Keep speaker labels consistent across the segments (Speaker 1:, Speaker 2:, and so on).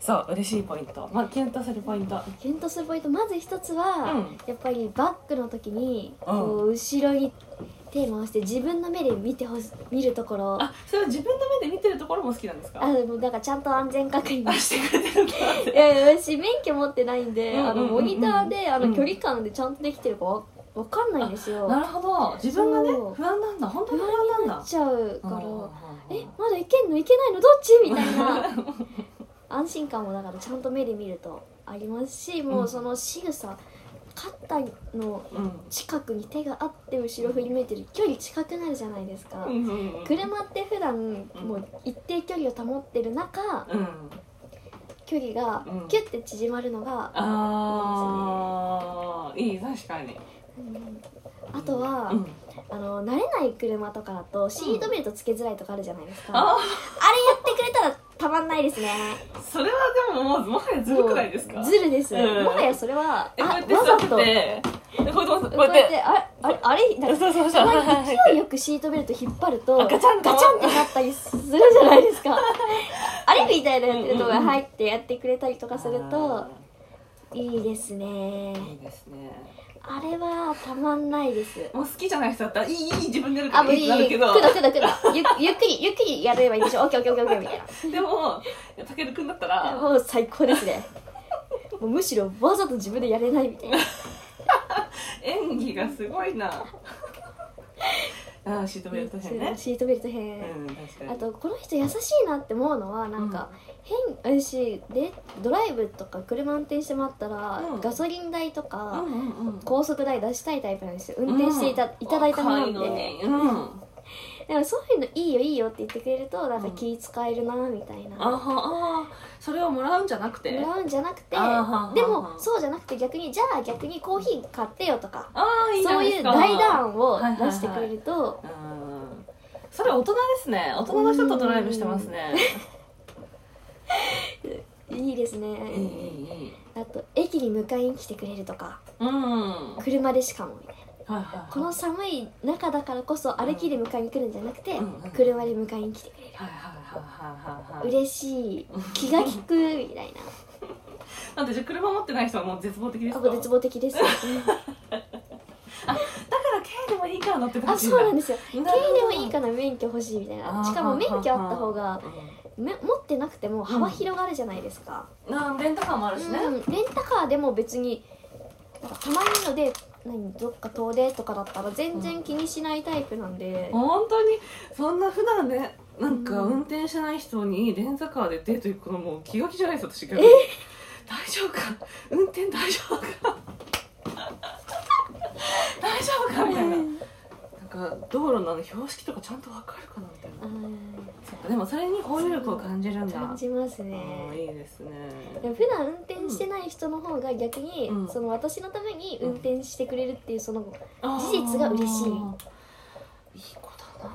Speaker 1: そう嬉しいポイント、まあ、キュンとするポイント
Speaker 2: キュンとするポイントまず一つ
Speaker 1: う
Speaker 2: は、
Speaker 1: ん
Speaker 2: やっぱりバックの時にこう後ろに手回して自分の目で見てほし見るところあ
Speaker 1: あそれは自分の目で見てるところも好きなんですか
Speaker 2: でもなんかちゃんと安全確認
Speaker 1: あしてくれてるんだっ
Speaker 2: いやいや私免許持ってないんで、
Speaker 1: うんうんうんうん
Speaker 2: あのモニターであ
Speaker 1: う
Speaker 2: の
Speaker 1: ん
Speaker 2: 距離感でちゃんとできてるかわわかんないんですよ。
Speaker 1: てなるほど自分がね
Speaker 2: そう
Speaker 1: 不安なんだ本当に不安なん
Speaker 2: な
Speaker 1: だ
Speaker 2: っちゃうから、
Speaker 1: うん
Speaker 2: えまだいけんのいけないのどっちみたいな 安心感もだからちゃんと目で見るとありますし、もうその仕草肩の
Speaker 1: うん
Speaker 2: 近くに手があって後ろ振り向いてる距離近くなるじゃないですか。
Speaker 1: うんうんうん
Speaker 2: 車って普段もう一定距離を保ってる中
Speaker 1: うん
Speaker 2: 距離が
Speaker 1: うん
Speaker 2: キュッて縮まるのが、
Speaker 1: あーいい確かに
Speaker 2: うんあとは、
Speaker 1: うん
Speaker 2: あの慣れない車とかだとシートベルトつけづらいとかあるじゃないですか、あ
Speaker 1: あ
Speaker 2: れやってくれたらたまんないですね
Speaker 1: ーそれはでももうもはやずるくないですか
Speaker 2: もうズルです、
Speaker 1: うん
Speaker 2: もはやそれは
Speaker 1: えこうやって
Speaker 2: わざと
Speaker 1: 座っててでこうやってこう
Speaker 2: こう
Speaker 1: や
Speaker 2: や
Speaker 1: っ
Speaker 2: っててあれあれあれなんか
Speaker 1: そうそう
Speaker 2: た
Speaker 1: そう
Speaker 2: ま
Speaker 1: はいはいはい
Speaker 2: に勢いよくシートベルト引っ張ると
Speaker 1: あガチャンと
Speaker 2: ガチャンってなったりするじゃないです かあれみたいなやつとか入ってやってくれたりとかするといいですね
Speaker 1: あーいいですね
Speaker 2: あれはたまんないです
Speaker 1: もう好きじゃない人だったらいいいいいい自分でやるか
Speaker 2: あ、
Speaker 1: ら
Speaker 2: 無
Speaker 1: いいっ
Speaker 2: 理。
Speaker 1: て
Speaker 2: く
Speaker 1: な
Speaker 2: ど
Speaker 1: る
Speaker 2: く
Speaker 1: け
Speaker 2: ど
Speaker 1: ど
Speaker 2: くど。ゆゆっくり、ゆっくりやればいいでしょ。オッケーオッケーオッケーオッケーみ たいな。
Speaker 1: でもたけるくんだったら
Speaker 2: もう最高ですねもうむしろわざと自分でやれないみたいな
Speaker 1: 演技がすごいなあーシートベルト編ね
Speaker 2: シートベルト編、
Speaker 1: うん確かに
Speaker 2: あとこの人優しいなって思うのはなんか、変私でドライブとか車運転してもらったら、
Speaker 1: うん
Speaker 2: ガソリン代と
Speaker 1: うん
Speaker 2: か、
Speaker 1: うんうん
Speaker 2: 高速代出したいタイプなんですよ運転していた,、いただいたものなんで
Speaker 1: 若いのにうん
Speaker 2: でもそういうのいいよいいよって言ってくれるとなんか
Speaker 1: うん
Speaker 2: 気使えるなみたいな、
Speaker 1: あはあそれをもらうんじゃなくて
Speaker 2: もらうんじゃなくて
Speaker 1: あはは
Speaker 2: でもそうじゃなくて逆にじゃあ逆にコーヒー買ってよとか
Speaker 1: ああいいじゃ
Speaker 2: そ
Speaker 1: な
Speaker 2: う
Speaker 1: いで
Speaker 2: いう
Speaker 1: すか
Speaker 2: 大胆を出してくれると
Speaker 1: うんそれ大人ですね大人の人とドライブしてますね
Speaker 2: いいです
Speaker 1: いいい
Speaker 2: ね
Speaker 1: いいい
Speaker 2: あと駅に迎えに来てくれるとか
Speaker 1: うんはい
Speaker 2: 車でしかもみたいな
Speaker 1: はいはい
Speaker 2: この寒い中だからこそ歩きで迎えに来るんじゃなくて
Speaker 1: うん
Speaker 2: 車で迎えに来てくれる
Speaker 1: はいはいはいはいはいはい
Speaker 2: 嬉しい気が利くみたいな
Speaker 1: なんでじゃあ車持ってない人はもう絶望的です
Speaker 2: あ
Speaker 1: か
Speaker 2: こ絶望的 です
Speaker 1: だから軽でもいいから乗ってほ
Speaker 2: あ
Speaker 1: しいん
Speaker 2: そう
Speaker 1: だ
Speaker 2: なんですよ軽
Speaker 1: 軽
Speaker 2: でもいいから免許欲しいみたいなしかも免許あった方がめ持ってなくても幅広がるじゃないですか
Speaker 1: なレンタカーもあるしね
Speaker 2: うん、レンタカーでも別になんかたまにので何どっか遠出とかだったら全然気にしないタイプなんで、
Speaker 1: 本当にそんな普段ねなんか
Speaker 2: うん
Speaker 1: 運転してない人にレンタカーでデート行くのもう気が気じゃないです私が大丈夫か運転大丈夫 か大丈夫かみたいななんか道路のあの標識とかちゃんとわかるかなみたいな
Speaker 2: う
Speaker 1: そっかでもそれに包容力を感じるん
Speaker 2: ん
Speaker 1: だ
Speaker 2: 感じます
Speaker 1: うん
Speaker 2: ね
Speaker 1: いいですね
Speaker 2: でも普段運転してない人の方が逆に、
Speaker 1: うん
Speaker 2: その私のために運転してくれるっていうその
Speaker 1: 事
Speaker 2: 実が嬉しい
Speaker 1: いい子だな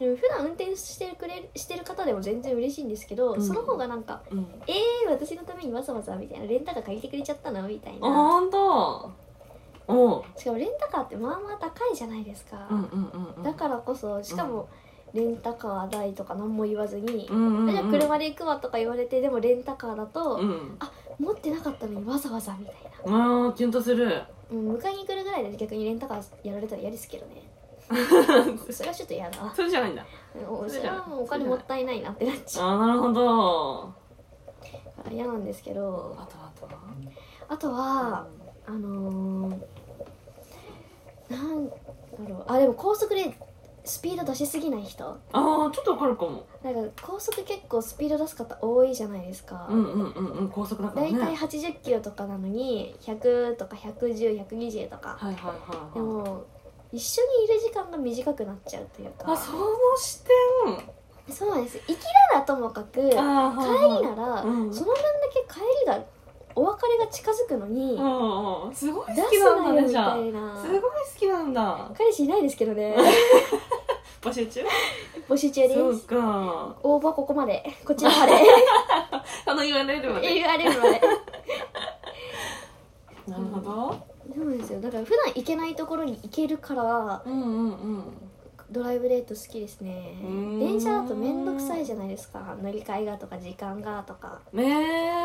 Speaker 2: でも普段運転してくれるしてる方でも全然嬉しいんですけど、
Speaker 1: うん
Speaker 2: その方がなんか
Speaker 1: うん
Speaker 2: 「えー、私のためにわざわざ」みたいな「レンタカー借りてくれちゃったの?」みたい
Speaker 1: あ
Speaker 2: な
Speaker 1: 本当おう
Speaker 2: しかもレンタカーってまあまあ高いじゃないですか、
Speaker 1: うんうんうんうん
Speaker 2: だからこそしかもレンタカー代とか何も言わずに
Speaker 1: う、んうんうん
Speaker 2: じゃあ車で行くわとか言われてでもレンタカーだと、
Speaker 1: うん
Speaker 2: 持ってなかったのにわざわざみたいな
Speaker 1: ああキュンとする
Speaker 2: もう迎えに来るぐらいで逆にレンタカーやられたら嫌ですけど ねそれはちょっと嫌だな
Speaker 1: それじゃないんだ
Speaker 2: おそれはもうお金もったいないなってなっちゃ
Speaker 1: ああなるほど
Speaker 2: うから嫌なんですけ
Speaker 1: あと
Speaker 2: ど
Speaker 1: あと
Speaker 2: あとはあのー、なんだろうあでも高速でスピード出しすぎない人
Speaker 1: ああちょっとわかるかも
Speaker 2: なんか高速結構スピード出す方多いじゃないですか、
Speaker 1: うんうんうんうん高速だから
Speaker 2: 大
Speaker 1: ねはい
Speaker 2: 体80キロとかなのに100とか110120とか
Speaker 1: はいはい
Speaker 2: で
Speaker 1: はい
Speaker 2: も一緒にいる時間が短くなっちゃうというか
Speaker 1: あその視
Speaker 2: そうなんです行きならともかく帰り
Speaker 1: 点ああ
Speaker 2: なら、
Speaker 1: うん
Speaker 2: その分だけ帰りがお別れが近づくのに、
Speaker 1: うんうんすごい
Speaker 2: 出
Speaker 1: 好き
Speaker 2: すな
Speaker 1: なんだ
Speaker 2: よ
Speaker 1: ね
Speaker 2: み
Speaker 1: じゃ
Speaker 2: た
Speaker 1: あ
Speaker 2: いな
Speaker 1: すごい好きなんだ
Speaker 2: 彼氏いないですけどね
Speaker 1: 募集中
Speaker 2: 募集中で
Speaker 1: そう
Speaker 2: す
Speaker 1: か
Speaker 2: 応募はここまでこちらまで
Speaker 1: あの URL まで
Speaker 2: URL まで
Speaker 1: なるほど
Speaker 2: そうなんですよだから普段行けないところに行けるから
Speaker 1: うんうんうん
Speaker 2: ドライブデート好きですね
Speaker 1: うーん
Speaker 2: 電車だと面倒くさいじゃないですか乗り換えがとか時間がとか
Speaker 1: ね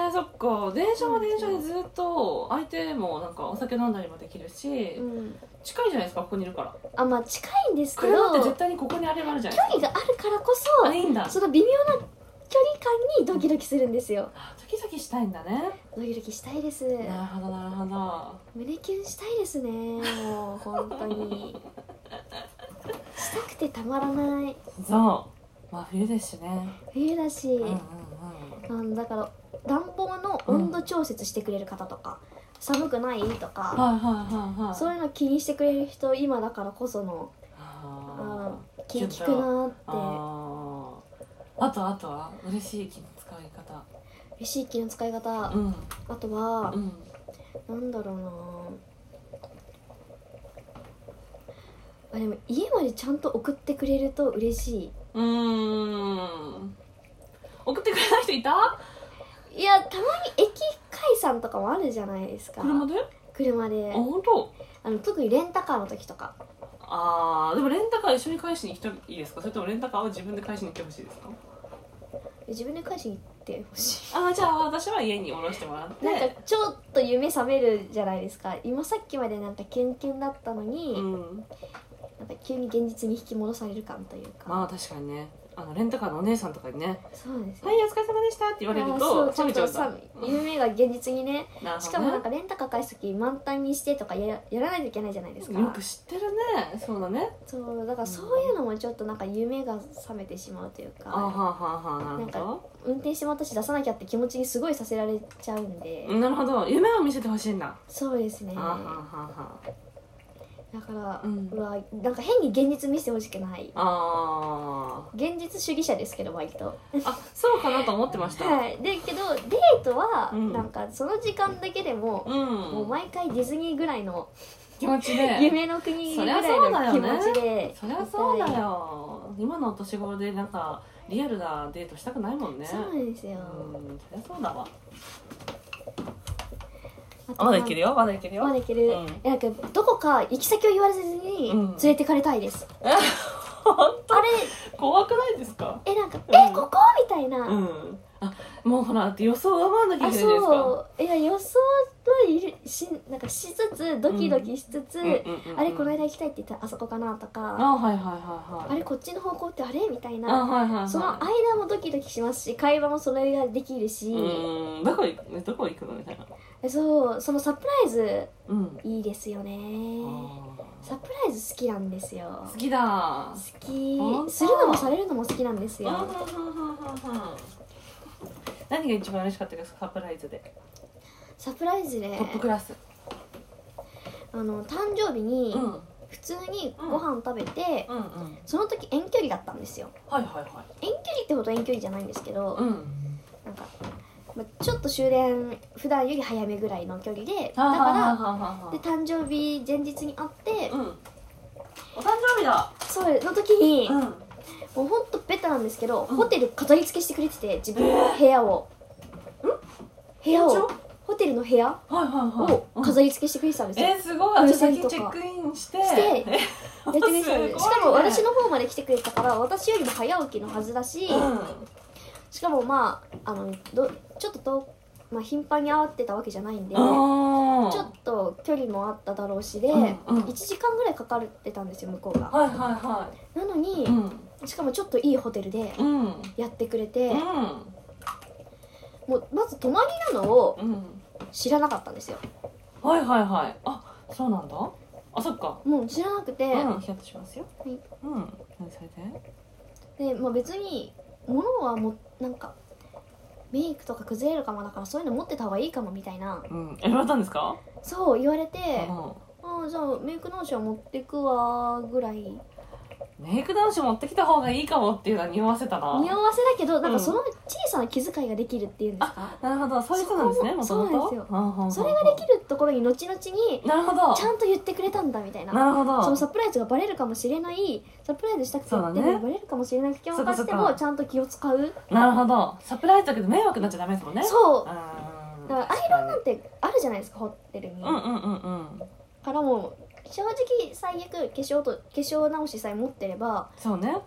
Speaker 1: えそっか電車は電車でずっと相手もなんかお酒飲んだりもできるし、
Speaker 2: うん
Speaker 1: 近いじゃないですかここにいるから
Speaker 2: あまあ近いんですけ
Speaker 1: 車
Speaker 2: ど
Speaker 1: って絶
Speaker 2: 距
Speaker 1: 対にここにあれがあるじゃない
Speaker 2: 離があるからこ
Speaker 1: あい
Speaker 2: そ
Speaker 1: いんだ
Speaker 2: その微妙な距離感にドキドキするんですよ
Speaker 1: あドキドキしたいんだね
Speaker 2: ドキドキしたいです
Speaker 1: なるほどなるほど
Speaker 2: 胸キュンしたいですねもう本当にしたくてたまらない
Speaker 1: そうまあ冬ですしね
Speaker 2: 冬だし、
Speaker 1: うんうんうん
Speaker 2: あのだから暖房の温度調節してくれる方とか、寒くないと
Speaker 1: はい
Speaker 2: か、
Speaker 1: はいはいはい
Speaker 2: そういうの気にしてくれる人今だからこその、
Speaker 1: あ
Speaker 2: あ
Speaker 1: ー
Speaker 2: 気利くなーって
Speaker 1: あーあとあとは嬉しい気の使い方
Speaker 2: 嬉しい気の使い方、
Speaker 1: うん
Speaker 2: あとは
Speaker 1: う、ん
Speaker 2: なんだろうなあでも家までちゃんと送ってくれると嬉し
Speaker 1: うーん送ってくれない人いた
Speaker 2: いいやたまに駅解散とかもあるじゃないですか
Speaker 1: 車で
Speaker 2: 車で
Speaker 1: あ本当
Speaker 2: あの特にレンタカーの時とか
Speaker 1: あーでもレンタカー一緒に返しに来てもいいですかそれともレンタカーを自分で返しに来てほしいですか
Speaker 2: 自分で返しに行ってほしい
Speaker 1: あーじゃあ私は家に下ろしてもらって
Speaker 2: なんかちょっと夢覚めるじゃないですか今さっきまでなんかキュンキュンだったのに、
Speaker 1: うん
Speaker 2: なんか急に現実に引き戻される感というか、
Speaker 1: まあ確かにねあのレンタカーのお姉さんとかにね
Speaker 2: そうです
Speaker 1: 「はいお疲れ様でした」って言われる
Speaker 2: あ
Speaker 1: と
Speaker 2: ーそう
Speaker 1: 冷め
Speaker 2: ち
Speaker 1: ち
Speaker 2: ょ
Speaker 1: ゃ
Speaker 2: っ
Speaker 1: うんだ
Speaker 2: とさ夢が現実にね
Speaker 1: なるほどね
Speaker 2: しかもなんかレンタカー返す時満タンにしてとかややらないといけないじゃないですか
Speaker 1: よく知ってるねそうだね
Speaker 2: そうだからそういうのもちょっとなんか夢が覚めてしまうという
Speaker 1: あはは
Speaker 2: か
Speaker 1: はなるほど
Speaker 2: 運転してもらったし出さなきゃって気持ちにすごいさせられちゃうんで、
Speaker 1: なるほど夢を見せてほしいんだ
Speaker 2: そうですね
Speaker 1: あ
Speaker 2: だ
Speaker 1: はは
Speaker 2: か
Speaker 1: は
Speaker 2: ら、
Speaker 1: う
Speaker 2: うんわなんか変に現実見せてほしくない
Speaker 1: あ
Speaker 2: 現実主義者ですけど割と
Speaker 1: ーあそうかなと思ってました
Speaker 2: はいでけどデートは
Speaker 1: うん
Speaker 2: なんかその時間だけでも、
Speaker 1: う
Speaker 2: もうん毎回ディズニーぐらいの
Speaker 1: 気持ちで
Speaker 2: 夢の国ぐらいの気持ちで
Speaker 1: そりゃそうだよ今のお年頃でなんかリアルなデートしたくないもんね
Speaker 2: そうなんですよ、
Speaker 1: うんそりゃそうだわ
Speaker 2: あと
Speaker 1: まだいけるよまだいける
Speaker 2: ま
Speaker 1: よ
Speaker 2: だいける、
Speaker 1: うん
Speaker 2: なんかどこか行き先を言われずに
Speaker 1: うん
Speaker 2: 連れてかれたいです、 あれ
Speaker 1: 怖くないですか
Speaker 2: えなんか、
Speaker 1: うん
Speaker 2: えここみたいな、
Speaker 1: うんあもうほら予想を上回らな
Speaker 2: あ
Speaker 1: きゃいけないじゃないですか
Speaker 2: そういや予想はいるしなんかしつつドキドキしつつ、
Speaker 1: うんうんうんうん
Speaker 2: あれこの間行きたいって言ったあそこかなとか、
Speaker 1: あはいはいはいはい
Speaker 2: あれこっちの方向ってあれみたい
Speaker 1: あ
Speaker 2: な
Speaker 1: はいはいはい
Speaker 2: その間もドキドキしますし会話もそれができるし、
Speaker 1: うんどこ行くどこ行くのみたいな
Speaker 2: そうそのサプライズ
Speaker 1: うん
Speaker 2: いいですよね
Speaker 1: 好
Speaker 2: サプライズ好きなんですよ
Speaker 1: きだ
Speaker 2: 好
Speaker 1: 本当
Speaker 2: きするのもされるのも好きなんです
Speaker 1: うんうんうん
Speaker 2: よ
Speaker 1: うんうん何が一番嬉しかったですかサプライズで
Speaker 2: サプライズで
Speaker 1: トップクラス
Speaker 2: あの誕生日に
Speaker 1: うんうん
Speaker 2: 普通にご飯食べて、
Speaker 1: うん
Speaker 2: その時遠距離だったんですよ
Speaker 1: はいはいはい
Speaker 2: 遠距離ってほど遠距離じゃないんですけど、
Speaker 1: うん
Speaker 2: なんか、まあ、ちょっと終電普段より早めぐらいの距離でだ
Speaker 1: はあはあはあ
Speaker 2: か
Speaker 1: はあ
Speaker 2: ら
Speaker 1: は
Speaker 2: で誕生日前日に会って
Speaker 1: あうんお誕生日だ
Speaker 2: そうの時に、
Speaker 1: うん
Speaker 2: もうほんとベタなんですけど、
Speaker 1: うん
Speaker 2: ホテル飾り付けしてくれてて自分の部屋を、部屋
Speaker 1: 緊張
Speaker 2: をホテルの部屋
Speaker 1: はいはいはい
Speaker 2: を
Speaker 1: うん
Speaker 2: 飾り付けしてくれてたんですよ、
Speaker 1: えーすごい
Speaker 2: 風
Speaker 1: じゃあ
Speaker 2: 船
Speaker 1: 先
Speaker 2: とか
Speaker 1: チェックインして
Speaker 2: して
Speaker 1: え
Speaker 2: やってくれてたんですす
Speaker 1: ごいね
Speaker 2: しかも私の方まで来てくれたから私よりも早起きのはずだし、
Speaker 1: うん
Speaker 2: しかもまああのどちょっとと、まあ、頻繁に会ってたわけじゃないんで、
Speaker 1: あー
Speaker 2: ちょっと距離もあっただろうしで、
Speaker 1: うんうん
Speaker 2: 1時間ぐらいかかってたんですよ向こうが
Speaker 1: はいはいは
Speaker 2: なのに
Speaker 1: い、うん
Speaker 2: しかもちょっといいホテルで
Speaker 1: うん
Speaker 2: やってくれて、
Speaker 1: うん
Speaker 2: もうまず泊まりなのを
Speaker 1: うん
Speaker 2: 知らなかったんですよ
Speaker 1: はいはいはいあそうなんだあそっか
Speaker 2: もう知らなくて、
Speaker 1: うんヒヤッとしますよ
Speaker 2: はい
Speaker 1: うん何それで
Speaker 2: で、まあ、別に物はもうなんかメイクとか崩れるかもだからそういうの持ってた方がいいかもみたいな
Speaker 1: うんえ言われたんですか
Speaker 2: そう言われて
Speaker 1: う
Speaker 2: ああじゃあメイク直しは持ってくわぐらい似
Speaker 1: んメイク男子持ってきた方がいいかもっていうのは匂わせたな
Speaker 2: 合わせだけどなん
Speaker 1: うん
Speaker 2: かその小さな気遣いができるっていうんですか
Speaker 1: なるほどそういう人なんですねも
Speaker 2: そ
Speaker 1: と
Speaker 2: こ
Speaker 1: も
Speaker 2: も
Speaker 1: と
Speaker 2: そうなんです
Speaker 1: よ
Speaker 2: それができるところに後々に
Speaker 1: なるほど
Speaker 2: ちゃんと言ってくれたんだみたいな
Speaker 1: なるほど
Speaker 2: そのサプライズがバレるかもしれないサプライズしたくて
Speaker 1: そうだ
Speaker 2: 言っ
Speaker 1: ね
Speaker 2: てるのにバレるかもしれない危険を犯して
Speaker 1: そっかそっ
Speaker 2: も
Speaker 1: か
Speaker 2: ちゃんと気を使う
Speaker 1: なるほどサプライズだけど迷惑になっちゃダメですもんね
Speaker 2: そう
Speaker 1: うーん
Speaker 2: だからアイロンなんてあるじゃないですかホテルに、
Speaker 1: うんうんうんうん
Speaker 2: からも正直最悪化粧と化粧直しさえ持ってれば
Speaker 1: そうね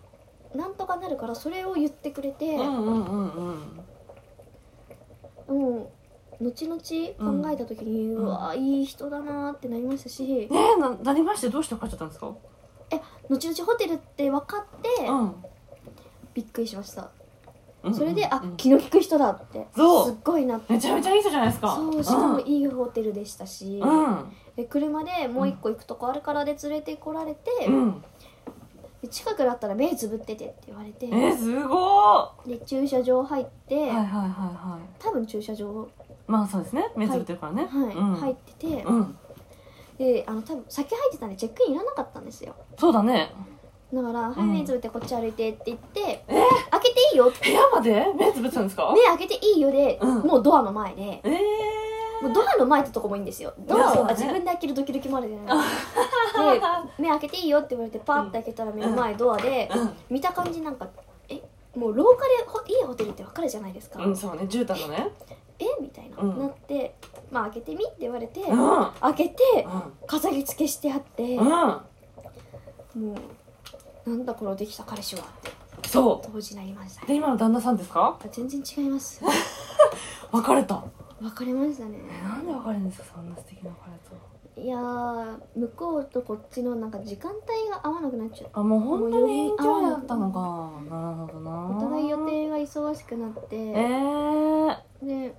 Speaker 2: なんとかなるからそれを言ってくれて、
Speaker 1: うんうんうんうん
Speaker 2: もう後々考えた時に、
Speaker 1: う
Speaker 2: うんわいい人だなってなりましたし、
Speaker 1: ねえななりましてどうして帰っちゃったんですか
Speaker 2: 後々ホテルって分かって
Speaker 1: うん
Speaker 2: びっくりしました、
Speaker 1: うん
Speaker 2: それで、あ
Speaker 1: うん
Speaker 2: 気の利く人だって
Speaker 1: そう
Speaker 2: すっごいなって
Speaker 1: めちゃめちゃいい人じゃないですか
Speaker 2: そうしかもいいホテルでしたし、
Speaker 1: うん
Speaker 2: で車でもう一個行くとこあるからで連れてこられて、
Speaker 1: うん
Speaker 2: で近くだったら目つぶっててって言われて
Speaker 1: えー、すごー
Speaker 2: で駐車場入って、
Speaker 1: はいはいはいはい
Speaker 2: 多分駐車場、は
Speaker 1: まあそうですね目つぶってるからね
Speaker 2: い
Speaker 1: うん、
Speaker 2: 入ってて、
Speaker 1: うん
Speaker 2: であの多分先入ってたんでチェックインいらなかったんですよ
Speaker 1: そうだね
Speaker 2: だから「はい
Speaker 1: うん
Speaker 2: 目つぶってこっち歩いて」って言って「開けていいよ」って
Speaker 1: 部屋まで目つぶってたんです
Speaker 2: 「
Speaker 1: か、
Speaker 2: 目開けていいよで」
Speaker 1: うん
Speaker 2: もうドアの前で
Speaker 1: ええ
Speaker 2: もうドアの前ってとこもいいんですよドア
Speaker 1: そう
Speaker 2: を
Speaker 1: だね
Speaker 2: あ自分で開けるドキドキもあるじゃないですかで目開けていいよって言われてパッて開けたら目の前ドアで
Speaker 1: うん
Speaker 2: 見た感じなんかえもう廊下でほいいホテルってわかるじゃないですか、
Speaker 1: うん、そうね、絨毯のね。
Speaker 2: えみたいな、
Speaker 1: うん
Speaker 2: なってまあ開けてみって言われて、
Speaker 1: うん。うん。
Speaker 2: 開けて飾り付けしてあって、
Speaker 1: うん。
Speaker 2: もうなんだこのできた彼氏はって
Speaker 1: そ
Speaker 2: 当時なりました
Speaker 1: う。
Speaker 2: ね
Speaker 1: で、今の旦那さんですか
Speaker 2: あ全然違います
Speaker 1: 別れた。
Speaker 2: 別れましたね
Speaker 1: え、なんで別れるんですかそんな素敵な彼と。
Speaker 2: いやー向こうとこっちのなんか時間帯が合わなくなっちゃって
Speaker 1: あ、もう本当に遠距離
Speaker 2: もう
Speaker 1: だ
Speaker 2: よ
Speaker 1: ったのか。なるほどな。
Speaker 2: お互い予。定が忙しくなっ
Speaker 1: え
Speaker 2: て、
Speaker 1: ー。
Speaker 2: で、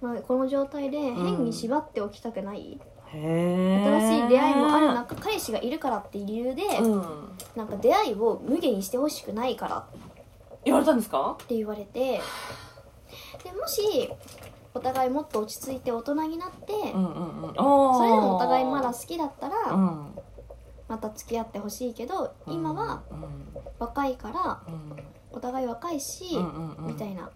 Speaker 2: まあ、この状態で変に縛っておきたくない、
Speaker 1: へえ。
Speaker 2: 新しい出会いもある中彼氏がいるからっていう理由で、
Speaker 1: うん。
Speaker 2: なんか出会いを無限にしてほしくないから
Speaker 1: 言われたんですか
Speaker 2: って言われてでもしお互いもっと落ち着いて大人になって、
Speaker 1: うんうんうん。ああ。
Speaker 2: それでもお互いまだ好きだったら、
Speaker 1: うん。
Speaker 2: また付き合ってほしいけど今は
Speaker 1: うん、
Speaker 2: 若いから
Speaker 1: うん。
Speaker 2: お互い若いし、
Speaker 1: うんうんうん
Speaker 2: みたいな